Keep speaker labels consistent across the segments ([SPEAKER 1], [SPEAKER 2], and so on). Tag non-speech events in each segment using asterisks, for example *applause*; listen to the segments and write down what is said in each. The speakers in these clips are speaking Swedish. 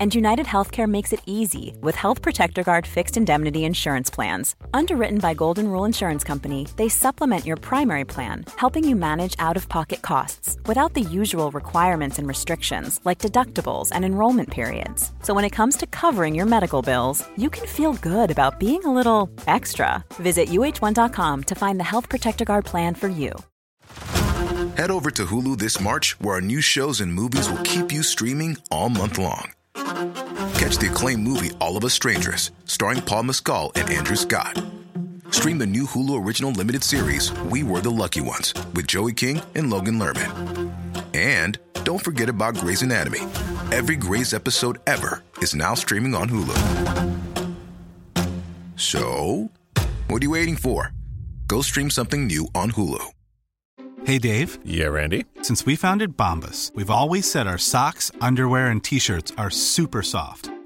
[SPEAKER 1] And United Healthcare makes it easy with Health Protector Guard fixed indemnity insurance plans. Underwritten by Golden Rule Insurance Company, they supplement your primary plan, helping you manage out of pocket costs without the usual requirements and restrictions like deductibles and enrollment periods. So when it comes to covering your medical bills, you can feel good about being a little extra. Visit uh1.com to find the Health Protector Guard plan for you.
[SPEAKER 2] Head over to Hulu this March, where our new shows and movies will keep you streaming all month long. Catch the acclaimed movie All of Us Strangers, starring Paul Mescal and Andrew Scott. Stream the new Hulu original limited series We Were the Lucky Ones with Joey King and Logan Lerman. And don't forget about Grey's Anatomy. Every Grey's episode ever is now streaming on Hulu. So, what are you waiting for? Go stream something new on Hulu.
[SPEAKER 3] Hey, Dave.
[SPEAKER 4] Yeah, Randy.
[SPEAKER 3] Since we founded Bombus, we've always said our socks, underwear, and t shirts are super soft.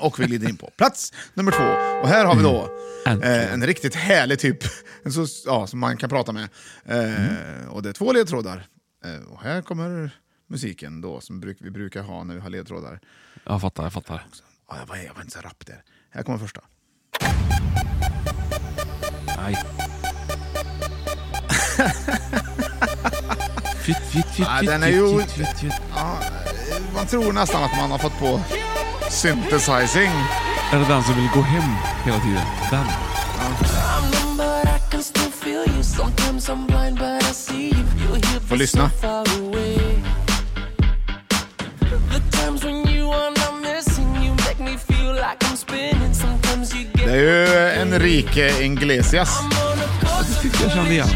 [SPEAKER 5] Och vi glider in på plats nummer två. Och här har vi då
[SPEAKER 6] Mm.
[SPEAKER 5] eh, en riktigt härlig typ en så, ja, som man kan prata med. Eh, Och det är två ledtrådar. Eh, och här kommer musiken då som bruk, vi brukar ha när vi har ledtrådar.
[SPEAKER 6] Jag fattar, jag fattar.
[SPEAKER 5] Ah, jag, var, jag var inte så rapp där. Här kommer första.
[SPEAKER 6] Nej. Fitt, fitt, fitt,
[SPEAKER 5] Ah,
[SPEAKER 6] fitt,
[SPEAKER 5] den är
[SPEAKER 6] fitt,
[SPEAKER 5] ju-
[SPEAKER 6] fitt, fitt, fitt.
[SPEAKER 5] Man tror nästan att man har fått på synthesizing.
[SPEAKER 6] Är det den som vill gå hem hela tiden? Den?
[SPEAKER 5] Får lyssna. Det är ju Enrique Iglesias.
[SPEAKER 6] Det tyckte jag kände igen.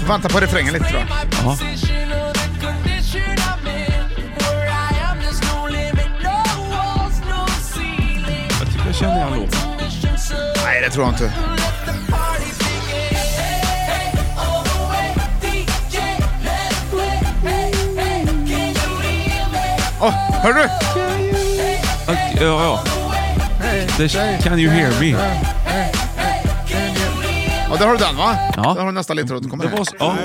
[SPEAKER 5] Får vänta på refrängen lite tror jag.
[SPEAKER 6] Ja. Jag tyckte jag kände igen låten.
[SPEAKER 5] Nej, det tror jag inte. Åh, hör du?
[SPEAKER 6] Okej, Ah, Ja, ja. Det, can you hear me?
[SPEAKER 5] Ja, där har du den va?
[SPEAKER 6] Ja.
[SPEAKER 5] Där har du nästa ledtråd. Kommer
[SPEAKER 6] Det
[SPEAKER 5] här.
[SPEAKER 6] var så, ja.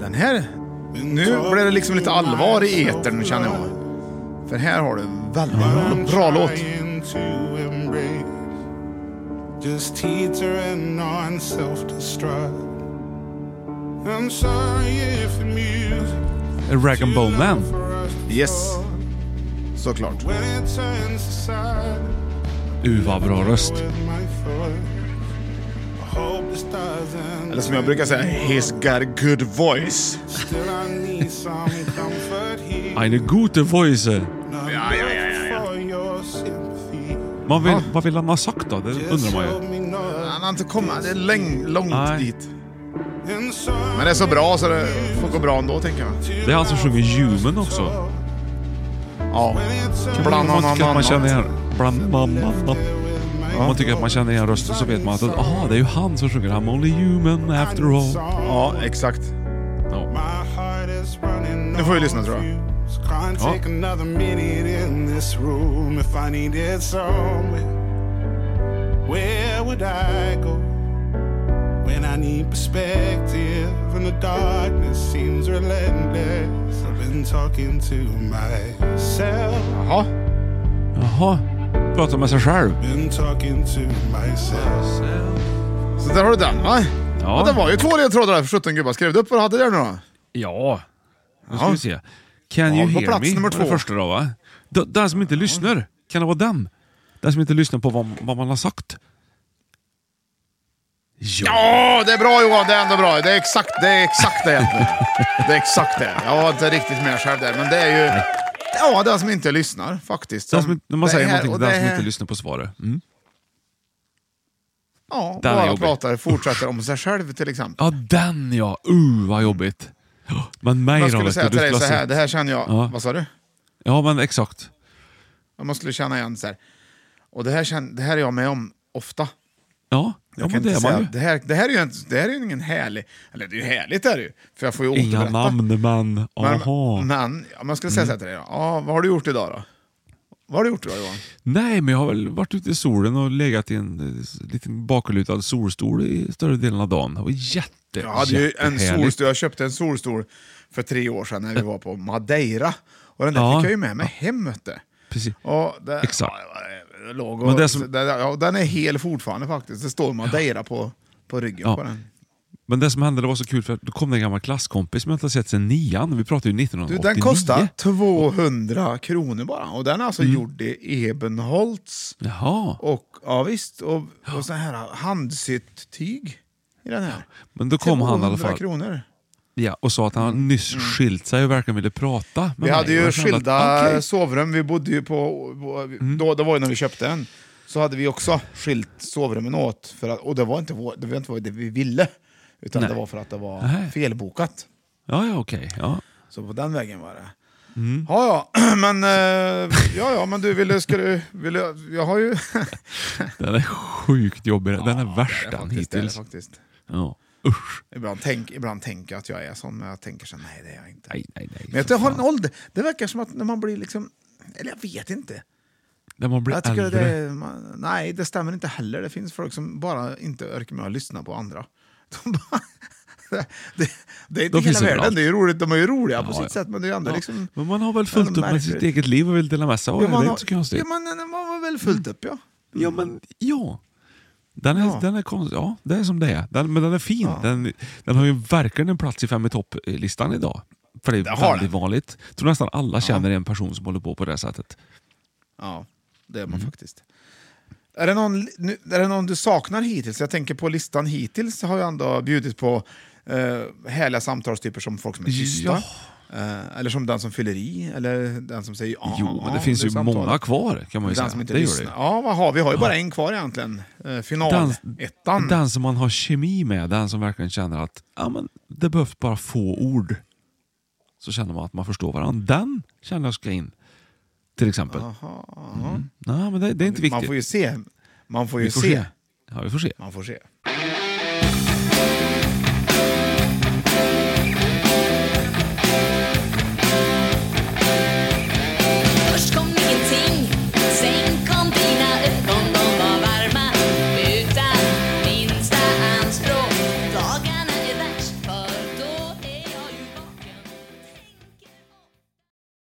[SPEAKER 5] Den här... Nu blir det liksom lite allvar i etern känner jag. För här har du en väldigt bra, bra låt.
[SPEAKER 7] Just teetering on self-destruct. I'm sorry if the music
[SPEAKER 6] Rag and Bone Man.
[SPEAKER 7] for us to
[SPEAKER 5] Yes,
[SPEAKER 7] fall.
[SPEAKER 5] såklart.
[SPEAKER 7] When it turns to silence,
[SPEAKER 6] Uh, vad bra röst.
[SPEAKER 7] with my thoughts. I hope this doesn't
[SPEAKER 5] Eller som jag brukar säga, he's got a good voice.
[SPEAKER 7] Still I need some comfort here.
[SPEAKER 6] Eine gute voice.
[SPEAKER 5] Ja, ja, ja, ja. ja.
[SPEAKER 7] For your sympathy.
[SPEAKER 6] Man vill, vad vill han ha sagt då? Det undrar man
[SPEAKER 7] Show
[SPEAKER 6] ju.
[SPEAKER 7] me no-
[SPEAKER 5] Han har inte kommit, det är läng, långt
[SPEAKER 6] Nej.
[SPEAKER 5] dit.
[SPEAKER 7] and some
[SPEAKER 5] Men det är så bra så det får gå bra ändå tänker jag.
[SPEAKER 6] Det är han som sjunger Human också.
[SPEAKER 5] Ja. Bland
[SPEAKER 6] Om man
[SPEAKER 5] annat.
[SPEAKER 6] tycker att man känner igen... Bland mamma. Om man tycker att man känner igen rösten så vet man att aha, det är ju han som sjunger I'm only human after all.
[SPEAKER 5] Ja, exakt.
[SPEAKER 7] My heart is running
[SPEAKER 5] Nu får vi lyssna, tror jag.
[SPEAKER 7] fumes. Can't take another minute in this room if I needed somewhere. Where would I go when I need perspective and the darkness seems relentless? I've been talking to myself,
[SPEAKER 5] Jaha.
[SPEAKER 6] Jaha. Pratar med sig själv.
[SPEAKER 7] been talking to myself.
[SPEAKER 5] Så där har du den va? Ja.
[SPEAKER 6] Ja.
[SPEAKER 5] det var ju två ledtrådar där för 17 gubbar. Skrev du upp vad du hade där nu då?
[SPEAKER 6] Ja. Nu ska vi se. Can
[SPEAKER 5] Ja,
[SPEAKER 6] you
[SPEAKER 5] på
[SPEAKER 6] hear
[SPEAKER 5] plats
[SPEAKER 6] me?
[SPEAKER 5] nummer
[SPEAKER 6] Var det
[SPEAKER 5] två.
[SPEAKER 6] första då va? D- Den som inte lyssnar. Kan det vara den? Den som inte lyssnar på vad, vad man har sagt. Ja!
[SPEAKER 5] Ja, det är bra Johan. Det är ändå bra. Det är exakt det, är exakt det egentligen. Det är exakt det. Jag var inte riktigt med själv där, men det är ju... Ja, den som inte lyssnar faktiskt.
[SPEAKER 6] Den som, när man
[SPEAKER 5] det
[SPEAKER 6] säger
[SPEAKER 5] här
[SPEAKER 6] någonting
[SPEAKER 5] och
[SPEAKER 6] till den
[SPEAKER 5] det
[SPEAKER 6] som
[SPEAKER 5] här-
[SPEAKER 6] inte lyssnar på svaret. Mm.
[SPEAKER 5] Ja,
[SPEAKER 6] Den är
[SPEAKER 5] bara
[SPEAKER 6] jobbig.
[SPEAKER 5] pratar, fortsätter om sig själv till exempel.
[SPEAKER 6] Ja, den ja. Uh, vad jobbigt. Men
[SPEAKER 5] Men
[SPEAKER 6] mig
[SPEAKER 5] jag
[SPEAKER 6] då,
[SPEAKER 5] skulle
[SPEAKER 6] vet
[SPEAKER 5] säga
[SPEAKER 6] du,
[SPEAKER 5] till
[SPEAKER 6] du
[SPEAKER 5] dig
[SPEAKER 6] skulle
[SPEAKER 5] så
[SPEAKER 6] ha
[SPEAKER 5] här,
[SPEAKER 6] sett-
[SPEAKER 5] det här känner jag,
[SPEAKER 6] Ja.
[SPEAKER 5] vad sa du?
[SPEAKER 6] Ja, men exakt.
[SPEAKER 5] Om Man skulle känna igen så här. Och det här, kän- det här är jag med om ofta.
[SPEAKER 6] Ja, ja
[SPEAKER 5] Jag
[SPEAKER 6] men
[SPEAKER 5] kan
[SPEAKER 6] det
[SPEAKER 5] inte
[SPEAKER 6] är
[SPEAKER 5] säga,
[SPEAKER 6] man ju.
[SPEAKER 5] det, här, det här är ju en, det här är ju ingen härlig... Eller det är ju härligt är det ju, för jag får ju
[SPEAKER 6] Inga
[SPEAKER 5] återberätta.
[SPEAKER 6] namn, men
[SPEAKER 5] Men,
[SPEAKER 6] aha.
[SPEAKER 5] men ja, man skulle säga så här till dig då. Ja, vad har du gjort idag då? Vad har du gjort idag Johan?
[SPEAKER 6] Nej, men jag har väl varit ute i solen och legat i en eh, liten baklutad solstol i större delen av dagen. Det var jätte,
[SPEAKER 5] Jag hade ju en
[SPEAKER 6] jättehärligt.
[SPEAKER 5] solstol, jag köpte en solstol för tre år sedan när vi var på Madeira. Och den där
[SPEAKER 6] Ja.
[SPEAKER 5] fick jag ju med mig hem vet du.
[SPEAKER 6] Precis.
[SPEAKER 5] Och det,
[SPEAKER 6] Exakt.
[SPEAKER 5] Ja, det var- det låg och,
[SPEAKER 6] Men det som-
[SPEAKER 5] det- ja, den är hel fortfarande faktiskt. Det står Madeira på, på ryggen
[SPEAKER 6] Ja.
[SPEAKER 5] på den.
[SPEAKER 6] Men det som hände det var så kul för att då kom det en gammal klasskompis som jag inte har sett sedan nian. Vi pratar ju
[SPEAKER 5] Du,
[SPEAKER 6] 1989.
[SPEAKER 5] den kostar 200 kronor bara. Och den är
[SPEAKER 6] Mm.
[SPEAKER 5] alltså gjord i Ebenholts.
[SPEAKER 6] Jaha,
[SPEAKER 5] Och ja, visst, och, och så här handsytt tyg i den här.
[SPEAKER 6] men då kom han i alla
[SPEAKER 5] 200
[SPEAKER 6] fall
[SPEAKER 5] kronor. Mm.
[SPEAKER 6] ja, och sa att han nyss skilt sig och verkligen ville prata med
[SPEAKER 5] Vi
[SPEAKER 6] mig.
[SPEAKER 5] hade
[SPEAKER 6] Och
[SPEAKER 5] ju
[SPEAKER 6] jag kände
[SPEAKER 5] skilda
[SPEAKER 6] Att, okej. Mm.
[SPEAKER 5] sovrum. Vi bodde ju på... på då, det var ju när vi köpte den. Så hade vi också skilt sovrummen åt. För att, och det var inte, vår, det var inte vad det vi ville. Utan
[SPEAKER 6] Nej.
[SPEAKER 5] det var för att det var
[SPEAKER 6] Nej.
[SPEAKER 5] felbokat.
[SPEAKER 6] Ja, ja, okej. Ja.
[SPEAKER 5] Så på den vägen var det.
[SPEAKER 6] Mm.
[SPEAKER 5] Ja, ja, *clears throat* men, eh, ja, ja, men du, ville, ska du, ville, jag har ju... *laughs*
[SPEAKER 6] Den är sjukt jobbig. Den är värst den
[SPEAKER 5] Faktiskt, det är det
[SPEAKER 6] hittills.
[SPEAKER 5] faktiskt.
[SPEAKER 6] Ja. Usch.
[SPEAKER 5] Ibland, tänk, ibland tänker jag att jag är sån, men jag tänker så här, nej det är jag inte.
[SPEAKER 6] Nej, nej, nej.
[SPEAKER 5] Men jag
[SPEAKER 6] för
[SPEAKER 5] har en
[SPEAKER 6] fan.
[SPEAKER 5] ålder, det verkar som att när man blir liksom, eller jag vet inte.
[SPEAKER 6] När man blir
[SPEAKER 5] Jag tycker att
[SPEAKER 6] äldre.
[SPEAKER 5] det, är- man, nej, det stämmer inte heller. Det finns folk som bara inte orkar med att lyssna på andra. *laughs* De bara, det, det är inte
[SPEAKER 6] De finns
[SPEAKER 5] hela världen,
[SPEAKER 6] överallt.
[SPEAKER 5] det är ju roligt, de är ju roliga på
[SPEAKER 6] Ja,
[SPEAKER 5] sitt
[SPEAKER 6] ja.
[SPEAKER 5] sätt, men det är ju ändå
[SPEAKER 6] Ja,
[SPEAKER 5] liksom...
[SPEAKER 6] men man har väl
[SPEAKER 5] Ja,
[SPEAKER 6] fullt
[SPEAKER 5] de
[SPEAKER 6] upp med
[SPEAKER 5] märker
[SPEAKER 6] sitt
[SPEAKER 5] det.
[SPEAKER 6] eget liv och vill dela med sig av
[SPEAKER 5] Ja,
[SPEAKER 6] det. Det är
[SPEAKER 5] har-
[SPEAKER 6] inte så konstigt. Mm.
[SPEAKER 5] Ja, man, man har väl fullt upp ja.
[SPEAKER 6] Ja, men ja. Den är,
[SPEAKER 5] Ja.
[SPEAKER 6] Den är konstig. Ja, det är som det är. Den, men den är fin. Den, den har ju verkligen en plats i Fem i topp-listan idag. För det är
[SPEAKER 5] Det har
[SPEAKER 6] väldigt vanligt. Jag tror nästan alla känner en person som håller på på det här sättet.
[SPEAKER 5] Ja, det är man
[SPEAKER 6] Mm.
[SPEAKER 5] faktiskt. Är det, någon, nu- är det någon du saknar hittills? Jag tänker på listan hittills har jag ändå bjudit på eh, härliga samtalstyper som folk som är tysta. Eh, eller som den som fyller i, eller den som säger ja.
[SPEAKER 6] jo, men
[SPEAKER 5] ja,
[SPEAKER 6] det finns ju
[SPEAKER 5] är samtal.
[SPEAKER 6] många kvar kan man ju
[SPEAKER 5] Den
[SPEAKER 6] säga.
[SPEAKER 5] som inte
[SPEAKER 6] det gör det
[SPEAKER 5] lyssnar.
[SPEAKER 6] ju.
[SPEAKER 5] Ja, vad har vi? Vi har ju bara en kvar egentligen. Eh, final, ettan.
[SPEAKER 6] den som man har kemi med, den som verkligen känner att ja, men det behövs bara få ord. Så känner man att man förstår varandra. Den känner jag ska in. Till exempel.
[SPEAKER 5] Aha, aha.
[SPEAKER 6] Nej, men det, det är inte Mm. viktigt.
[SPEAKER 5] Man får ju se. Man får ju
[SPEAKER 6] vi får
[SPEAKER 5] se.
[SPEAKER 6] Ja, vi får se.
[SPEAKER 5] Man får se.